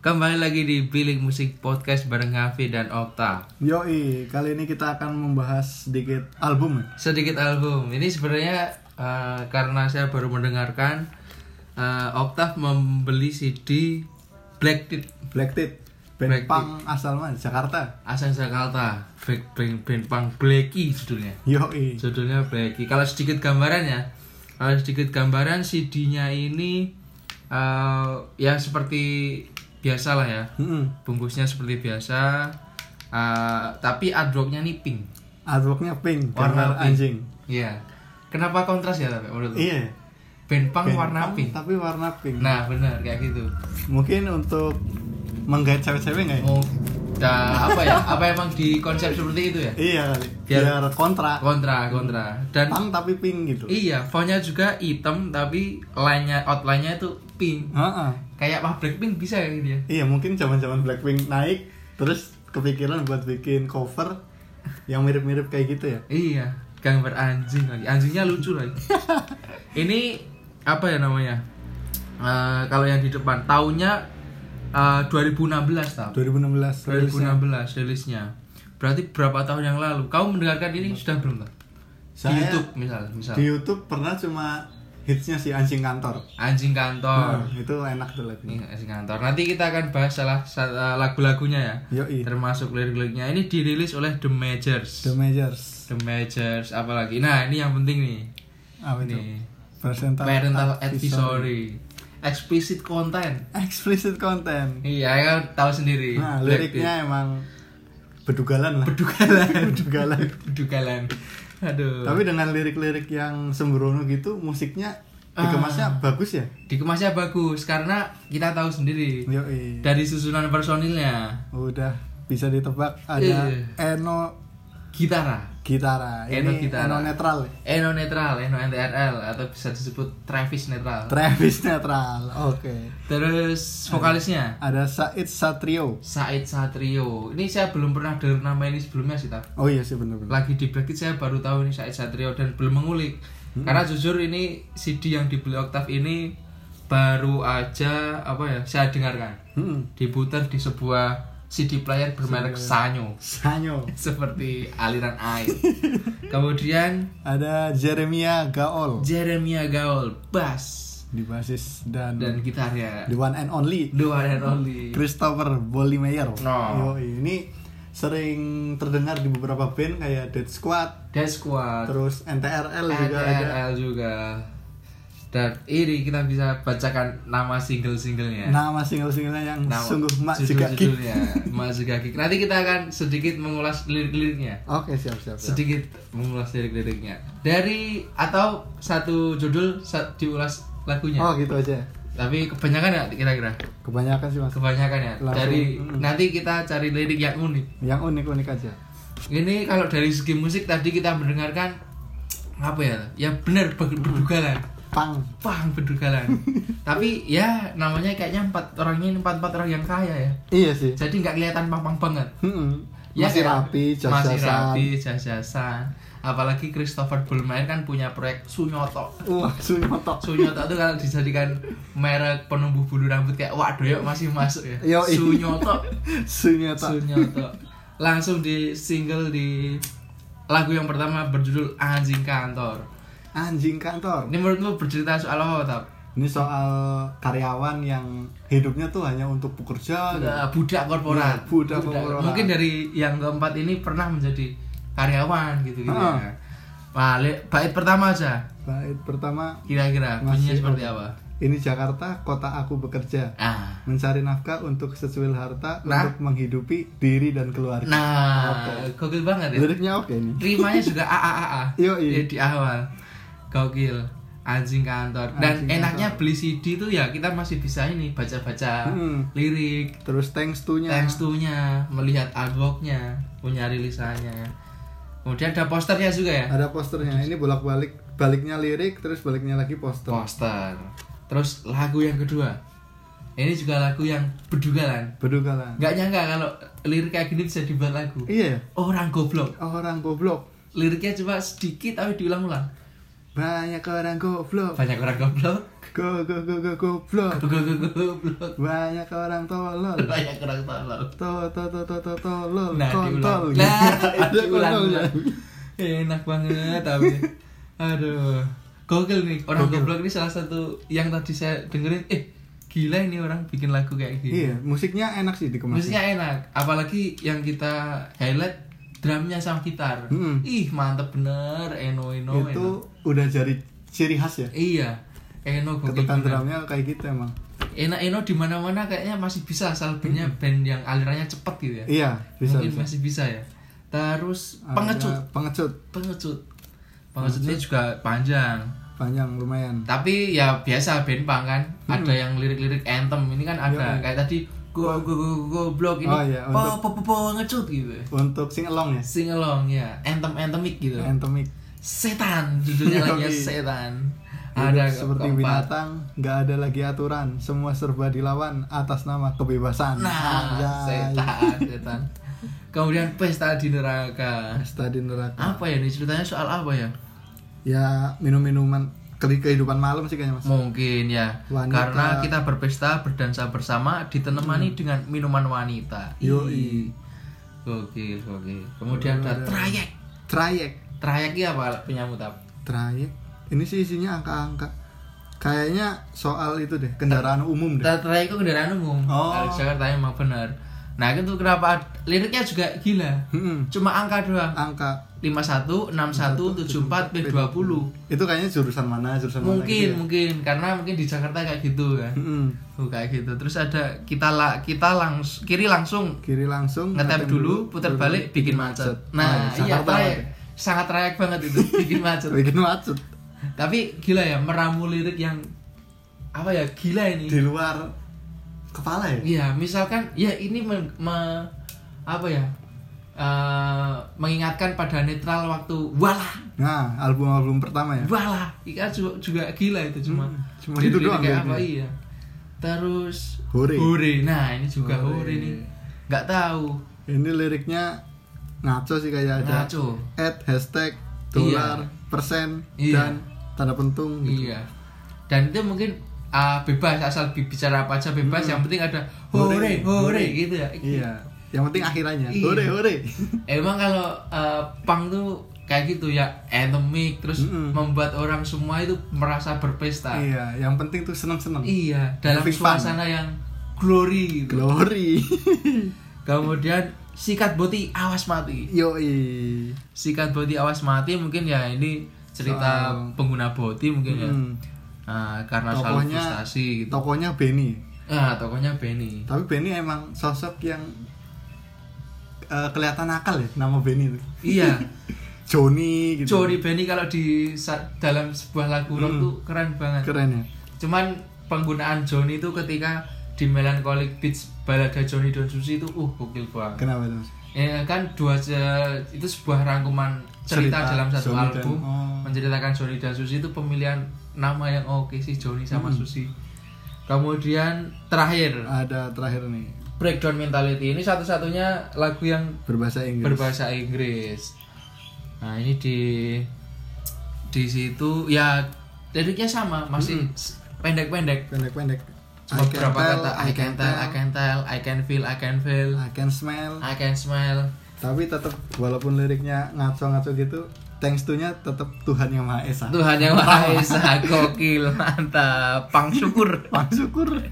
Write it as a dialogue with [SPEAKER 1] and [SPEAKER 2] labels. [SPEAKER 1] Kembali lagi di Bilik Musik Podcast bareng Hafi dan Okta.
[SPEAKER 2] Yoi, kali ini kita akan membahas sedikit album. ya.
[SPEAKER 1] Sedikit album. Ini sebenarnya eh, karena saya baru mendengarkan eh, Okta membeli CD Black Tit
[SPEAKER 2] Black Tit, band
[SPEAKER 1] Black
[SPEAKER 2] punk asal mana? Jakarta.
[SPEAKER 1] Asal Jakarta. Black Bang Band Punk Blacky judulnya.
[SPEAKER 2] Yoi.
[SPEAKER 1] Judulnya Blacky. Kalau sedikit gambarannya, kalau sedikit gambaran CD-nya ini eh, ya seperti biasalah ya.
[SPEAKER 2] Mm-mm.
[SPEAKER 1] bungkusnya seperti biasa eh, tapi adrocknya nih pink
[SPEAKER 2] Artworknya pink,
[SPEAKER 1] Warna pink.
[SPEAKER 2] gambar anjing.
[SPEAKER 1] iya kenapa kontras ya tapi menurut lu?
[SPEAKER 2] Iya.
[SPEAKER 1] band punk
[SPEAKER 2] band
[SPEAKER 1] Kan warna
[SPEAKER 2] punk,
[SPEAKER 1] pink
[SPEAKER 2] Tapi warna pink.
[SPEAKER 1] nah benar kayak gitu
[SPEAKER 2] Mungkin untuk menggait cewek-cewek nggak ya?
[SPEAKER 1] mau nah, apa ya apa emang di konsep seperti itu ya
[SPEAKER 2] Iya kali.
[SPEAKER 1] Biar-
[SPEAKER 2] Biar, kontra.
[SPEAKER 1] kontra kontra dan
[SPEAKER 2] Punk tapi pink gitu.
[SPEAKER 1] iya fontnya juga hitam tapi line-nya outline-nya itu pink
[SPEAKER 2] Heeh.
[SPEAKER 1] kayak wah blackpink bisa kayak gitu ya
[SPEAKER 2] Iya, mungkin zaman-zaman Blackpink naik terus kepikiran buat bikin cover yang mirip-mirip kayak gitu ya.
[SPEAKER 1] Iya, gambar anjing lagi. Anjingnya lucu lagi. ini apa ya namanya? Eh, kalau yang di depan tahunnya eh, 2016 tahun.
[SPEAKER 2] 2016. rilisnya.
[SPEAKER 1] 2016 rilisnya. Berarti berapa tahun yang lalu? Kau mendengarkan ini sudah belum? Tam? Di
[SPEAKER 2] Saya-
[SPEAKER 1] YouTube misal, misal.
[SPEAKER 2] Di YouTube pernah cuma hitsnya si anjing kantor.
[SPEAKER 1] Anjing kantor.
[SPEAKER 2] Nah, itu enak tuh lagunya.
[SPEAKER 1] Ini anjing kantor. Nanti kita akan bahas salah sa- lagu-lagunya ya.
[SPEAKER 2] Yoi.
[SPEAKER 1] Termasuk lirik-liriknya. Ini dirilis oleh The Majors.
[SPEAKER 2] Iya. The Majors.
[SPEAKER 1] The Majors apalagi. Nah, ini yang penting nih.
[SPEAKER 2] Apa itu?
[SPEAKER 1] Nih.
[SPEAKER 2] Parental,
[SPEAKER 1] parental
[SPEAKER 2] advisory.
[SPEAKER 1] advisory explicit content
[SPEAKER 2] Explicit content.
[SPEAKER 1] iya kan tahu sendiri
[SPEAKER 2] Nah,
[SPEAKER 1] Black Pink.
[SPEAKER 2] liriknya emang bedugalan lah.
[SPEAKER 1] Bedugalan.
[SPEAKER 2] bedugalan.
[SPEAKER 1] Bedugalan. aduh
[SPEAKER 2] Tapi dengan lirik-lirik yang sembrono gitu, musiknya
[SPEAKER 1] Ah.
[SPEAKER 2] dikemasnya bagus ya.
[SPEAKER 1] dikemasnya bagus karena kita tahu sendiri
[SPEAKER 2] Yoi.
[SPEAKER 1] dari susunan personilnya
[SPEAKER 2] Udah bisa ditebak ada
[SPEAKER 1] Iya.
[SPEAKER 2] Eno
[SPEAKER 1] gitara
[SPEAKER 2] Gitara. Ini
[SPEAKER 1] Eno Gitara.
[SPEAKER 2] Eno netral. ya?
[SPEAKER 1] Eno netral Eno NTRL atau bisa disebut Travis netral
[SPEAKER 2] Travis netral. Oke.
[SPEAKER 1] terus vokalisnya
[SPEAKER 2] Ada Said Satrio.
[SPEAKER 1] Said Satrio ini saya belum pernah dengar nama ini sebelumnya sih Taf.
[SPEAKER 2] Oh iya sih bener-bener.
[SPEAKER 1] lagi di Blackpink saya baru tahu ini Said Satrio dan belum mengulik karena jujur ini CD yang dibeli Octave ini baru aja apa ya saya dengarkan
[SPEAKER 2] Mm-mm.
[SPEAKER 1] diputar di sebuah CD player bermerek Sanyo
[SPEAKER 2] Sanyo.
[SPEAKER 1] seperti aliran air kemudian
[SPEAKER 2] Ada Jeremia Gaol
[SPEAKER 1] Jeremia Gaul bass
[SPEAKER 2] di basis dan,
[SPEAKER 1] dan gitarnya
[SPEAKER 2] the one and only
[SPEAKER 1] the one and only
[SPEAKER 2] Christopher Bollimeyer.
[SPEAKER 1] No.
[SPEAKER 2] Yoi, ini sering terdengar di beberapa band kayak Dead Squad,
[SPEAKER 1] Dead Squad
[SPEAKER 2] terus NTRL juga ada.
[SPEAKER 1] NRL juga dan ini kita bisa bacakan nama single-singlenya
[SPEAKER 2] Nama single-singlenya yang
[SPEAKER 1] Nah,
[SPEAKER 2] Nah, sungguh mak juga Oke,
[SPEAKER 1] judul-judulnya Mak juga Geek. Nanti kita akan sedikit mengulas lirik-liriknya.
[SPEAKER 2] siap siap. siap.
[SPEAKER 1] Sedikit mengulas lirik-liriknya. Dari atau satu judul sa- diulas lagunya.
[SPEAKER 2] Oh, gitu aja.
[SPEAKER 1] Tapi kebanyakan ya kira-kira.
[SPEAKER 2] Kebanyakan sih Mas.
[SPEAKER 1] Kebanyakan ya.
[SPEAKER 2] Langsung,
[SPEAKER 1] Dari
[SPEAKER 2] mm.
[SPEAKER 1] nanti kita cari lirik yang unik.
[SPEAKER 2] Yang unik-unik aja.
[SPEAKER 1] Ini kalau dari segi musik tadi kita mendengarkan apa ya? Ya benar ber-
[SPEAKER 2] Hmm.
[SPEAKER 1] berdugalan.
[SPEAKER 2] Pang.
[SPEAKER 1] Pang berdugalan. Tapi ya namanya kayaknya empat orangnya ini empat-empat orang yang kaya ya.
[SPEAKER 2] Iya sih.
[SPEAKER 1] Jadi nggak kelihatan pang-pang banget.
[SPEAKER 2] Mm-mm.
[SPEAKER 1] Ya,
[SPEAKER 2] masih
[SPEAKER 1] kayak-
[SPEAKER 2] rapi,
[SPEAKER 1] masih rapi,
[SPEAKER 2] jas-jasan.
[SPEAKER 1] jas-jasan. Apalagi Christopher Bulmain kan punya proyek Sunyoto.
[SPEAKER 2] Wah, sunyoto.
[SPEAKER 1] Sunyoto itu kalau dijadikan merek penumbuh bulu rambut kayak waduh yuk masih masuk ya.
[SPEAKER 2] Yoi.
[SPEAKER 1] Sunyoto,
[SPEAKER 2] Sunyoto.
[SPEAKER 1] Sunyoto. Langsung di single di lagu yang pertama berjudul Anjing Kantor.
[SPEAKER 2] Anjing kantor.
[SPEAKER 1] Ini menurutmu bercerita soal apa, Tap?
[SPEAKER 2] Ini soal karyawan yang hidupnya tuh hanya untuk bekerja. gitu.
[SPEAKER 1] Eh, Budak korporat.
[SPEAKER 2] Iya, budak korporat.
[SPEAKER 1] Mungkin dari yang keempat ini pernah menjadi karyawan gitu-gitu
[SPEAKER 2] Heeh.
[SPEAKER 1] ya. Wah, li- bait pertama aja.
[SPEAKER 2] Bait pertama,
[SPEAKER 1] Kira-kira bunyinya
[SPEAKER 2] Masih
[SPEAKER 1] seperti apa?
[SPEAKER 2] ini Jakarta, kota aku bekerja.
[SPEAKER 1] Ah.
[SPEAKER 2] Mencari nafkah untuk secuil harta
[SPEAKER 1] Nah.
[SPEAKER 2] untuk menghidupi diri dan keluarga.
[SPEAKER 1] Nah, gokil banget ya.
[SPEAKER 2] Liriknya oke nih.
[SPEAKER 1] Rimanya juga a a a a. Ya,
[SPEAKER 2] Yoi.
[SPEAKER 1] di awal. Gokil. Anjing kantor. Dan
[SPEAKER 2] Anjing
[SPEAKER 1] enaknya beli CD tuh ya kita masih bisa ini baca-baca
[SPEAKER 2] Mm.
[SPEAKER 1] lirik,
[SPEAKER 2] Terus thanks to-nya.
[SPEAKER 1] tekstunya, melihat artworknya, punya rilisannya. Kemudian ada posternya juga ya.
[SPEAKER 2] Ada posternya. Ini bolak-balik baliknya lirik terus baliknya lagi poster.
[SPEAKER 1] Poster. Terus lagu yang kedua. Ini juga lagu yang berdugalan.
[SPEAKER 2] Bedugalan.
[SPEAKER 1] Nggak nyangka kalau lirik kayak gini bisa dibuat lagu.
[SPEAKER 2] Iya. ya?
[SPEAKER 1] Orang goblok.
[SPEAKER 2] Orang goblok.
[SPEAKER 1] liriknya cuma sedikit tapi diulang-ulang
[SPEAKER 2] Banyak orang goblok.
[SPEAKER 1] banyak orang goblok
[SPEAKER 2] Go go go go goblok.
[SPEAKER 1] Go, go, go, goblok
[SPEAKER 2] Banyak orang tolol.
[SPEAKER 1] banyak orang tolol
[SPEAKER 2] To to to to to tolol.
[SPEAKER 1] nah diulang
[SPEAKER 2] Kontol. Iya.
[SPEAKER 1] nah
[SPEAKER 2] ya? Itu
[SPEAKER 1] diulang Iya. Eh,
[SPEAKER 2] kontolnya.
[SPEAKER 1] enak banget tapi aduh gokil nih orang goblok ini salah satu yang tadi saya dengerin eh gila ini orang bikin lagu kayak gini
[SPEAKER 2] Iya, musiknya enak sih dikemas.
[SPEAKER 1] Musiknya enak, apalagi yang kita highlight drumnya sama gitar.
[SPEAKER 2] Mm-mm.
[SPEAKER 1] Ih mantep bener, Eno Eno.
[SPEAKER 2] Hmm. itu
[SPEAKER 1] Eno.
[SPEAKER 2] udah jadi ciri khas ya
[SPEAKER 1] Iya, Eno gokil
[SPEAKER 2] ketukan
[SPEAKER 1] bener.
[SPEAKER 2] drumnya kayak gitu emang
[SPEAKER 1] Eno Eno di mana mana kayaknya masih bisa asal bandnya band yang alirannya cepet gitu ya.
[SPEAKER 2] iya Hmm. bisa
[SPEAKER 1] Mungkin
[SPEAKER 2] bisa
[SPEAKER 1] masih bisa ya. Terus
[SPEAKER 2] Ada
[SPEAKER 1] pengecut,
[SPEAKER 2] pengecut
[SPEAKER 1] pengecut, pengecutnya juga panjang.
[SPEAKER 2] panjang lumayan
[SPEAKER 1] Tapi ya biasa band punk kan, ada yang lirik-lirik anthem ini kan ada
[SPEAKER 2] Hmm. Iya.
[SPEAKER 1] kayak tadi go go go go blog ini
[SPEAKER 2] Oh, iya,
[SPEAKER 1] po po po po ngecut gitu.
[SPEAKER 2] untuk sing along ya
[SPEAKER 1] sing along ya anthem anthemic gitu
[SPEAKER 2] anthemic
[SPEAKER 1] setan judulnya lagi ya,
[SPEAKER 2] Yoi.
[SPEAKER 1] setan
[SPEAKER 2] Hidup
[SPEAKER 1] ada ke-
[SPEAKER 2] Iya, seperti
[SPEAKER 1] Iya, keempat.
[SPEAKER 2] binatang nggak ada lagi aturan semua serba dilawan atas nama kebebasan
[SPEAKER 1] nah
[SPEAKER 2] Anjay.
[SPEAKER 1] setan setan kemudian pesta di neraka
[SPEAKER 2] pesta di neraka
[SPEAKER 1] apa ya nih ceritanya soal apa ya
[SPEAKER 2] ya minum minuman ke- kehidupan malam sih kayaknya mas
[SPEAKER 1] mungkin ya
[SPEAKER 2] Wanita.
[SPEAKER 1] karena kita berpesta berdansa bersama ditenemani dengan minuman wanita
[SPEAKER 2] Hmm. Yoi.
[SPEAKER 1] oke oke kemudian ada trayek
[SPEAKER 2] trayek
[SPEAKER 1] trayek ini apa punya mutab
[SPEAKER 2] trayek ini sih isinya angka-angka kayaknya soal itu deh kendaraan umum deh
[SPEAKER 1] Tra- Trayek itu kendaraan umum
[SPEAKER 2] Oh.
[SPEAKER 1] Kalau di Jakarta emang benar nah itu kenapa ad- liriknya juga gila
[SPEAKER 2] Mm-mm.
[SPEAKER 1] cuma angka doang
[SPEAKER 2] Hmm. angka
[SPEAKER 1] 51, 61, 74, P20
[SPEAKER 2] itu kayaknya jurusan mana jurusan mana
[SPEAKER 1] Mungkin,
[SPEAKER 2] gitu ya.
[SPEAKER 1] mungkin Karena mungkin di Jakarta kayak gitu kan
[SPEAKER 2] Mm-mm.
[SPEAKER 1] Oh, Kayak gitu Terus ada kita la, kita langs kiri langsung
[SPEAKER 2] kiri langsung
[SPEAKER 1] Ngetep dulu, putar balik, bikin macet Nah,
[SPEAKER 2] Oh,
[SPEAKER 1] iya
[SPEAKER 2] Jakarta
[SPEAKER 1] trayek
[SPEAKER 2] banget
[SPEAKER 1] Sangat trayek banget itu, bikin macet
[SPEAKER 2] bikin macet
[SPEAKER 1] Tapi gila ya, meramu lirik yang Apa ya, gila ini
[SPEAKER 2] di luar kepala ya
[SPEAKER 1] Iya, misalkan ya ini men- me- apa ya? eh, mengingatkan pada netral waktu walah,
[SPEAKER 2] nah album album pertama ya
[SPEAKER 1] walah. Ika juga, juga gila itu cuma.
[SPEAKER 2] Hmm, cuma
[SPEAKER 1] diri-
[SPEAKER 2] itu
[SPEAKER 1] diri
[SPEAKER 2] doang
[SPEAKER 1] kayak
[SPEAKER 2] kayaknya.
[SPEAKER 1] apa iya. Terus
[SPEAKER 2] Hore.
[SPEAKER 1] Nah, ini juga hore,
[SPEAKER 2] Hore.
[SPEAKER 1] nih. Enggak tahu.
[SPEAKER 2] ini liriknya ngaco sih kayak ada
[SPEAKER 1] Ngaco.
[SPEAKER 2] at hashtag dolar persen
[SPEAKER 1] Iya.
[SPEAKER 2] dan tanda pentung gitu.
[SPEAKER 1] Iya. Dan itu mungkin ah, bebas asal bi- bicara apa aja bebas, yang penting ada hore,
[SPEAKER 2] Hmm. Hore,
[SPEAKER 1] hore,
[SPEAKER 2] hore.
[SPEAKER 1] gitu ya.
[SPEAKER 2] Iya. yang penting akhirannya
[SPEAKER 1] Iya.
[SPEAKER 2] hore hore
[SPEAKER 1] Emang kalau eh, punk tuh kayak gitu ya, anthemic terus
[SPEAKER 2] Mm-mm.
[SPEAKER 1] membuat orang semua itu merasa berpesta.
[SPEAKER 2] Hmm. iya yang penting tuh seneng
[SPEAKER 1] Ah.
[SPEAKER 2] seneng
[SPEAKER 1] Iya, dalam
[SPEAKER 2] Having fun.
[SPEAKER 1] suasana yang glory gitu.
[SPEAKER 2] glory
[SPEAKER 1] Kemudian sikat boti awas mati.
[SPEAKER 2] yoi
[SPEAKER 1] Sikat boti awas mati mungkin ya ini cerita
[SPEAKER 2] Soal-
[SPEAKER 1] pengguna boti mungkin ya.
[SPEAKER 2] Mm.
[SPEAKER 1] Nah, karena soal
[SPEAKER 2] Tokohnya-
[SPEAKER 1] frustasi gitu.
[SPEAKER 2] tokonya Benny
[SPEAKER 1] Nah, tokohnya Benny.
[SPEAKER 2] tapi Benny emang sosok yang eh, kelihatan nakal ya nama Benny itu
[SPEAKER 1] iya,
[SPEAKER 2] Joni gitu
[SPEAKER 1] Johnny Benny kalau di sa- dalam sebuah lagu rock
[SPEAKER 2] Mm.
[SPEAKER 1] tuh keren banget.
[SPEAKER 2] keren ya
[SPEAKER 1] Cuman penggunaan Johnny itu ketika di Melancholic Beach balada Johnny Don Susi itu uh gokil banget.
[SPEAKER 2] kenapa tuh Mas?
[SPEAKER 1] Ya kan dua se- itu sebuah rangkuman cerita,
[SPEAKER 2] Cerita
[SPEAKER 1] dalam satu
[SPEAKER 2] Johnny dan-
[SPEAKER 1] album
[SPEAKER 2] oh.
[SPEAKER 1] menceritakan Johnny dan Susi itu pemilihan nama yang oke sih Johnny sama
[SPEAKER 2] Hmm.
[SPEAKER 1] Susi. Kemudian terakhir
[SPEAKER 2] ada terakhir nih
[SPEAKER 1] Breakdown Mentality ini satu-satunya lagu yang
[SPEAKER 2] berbahasa Inggris
[SPEAKER 1] berbahasa Inggris. Nah ini di di situ ya liriknya sama masih s- pendek-pendek
[SPEAKER 2] pendek-pendek
[SPEAKER 1] cuma beberapa kata I can tell, I can tell, I can feel, I can feel,
[SPEAKER 2] I can smell
[SPEAKER 1] I can smell.
[SPEAKER 2] tapi tetap walaupun liriknya ngaco-ngaco gitu thanks to nya tetap Tuhan yang Maha Esa
[SPEAKER 1] Tuhan yang Maha Esa, gokil, mantap, pang syukur.
[SPEAKER 2] Pang syukur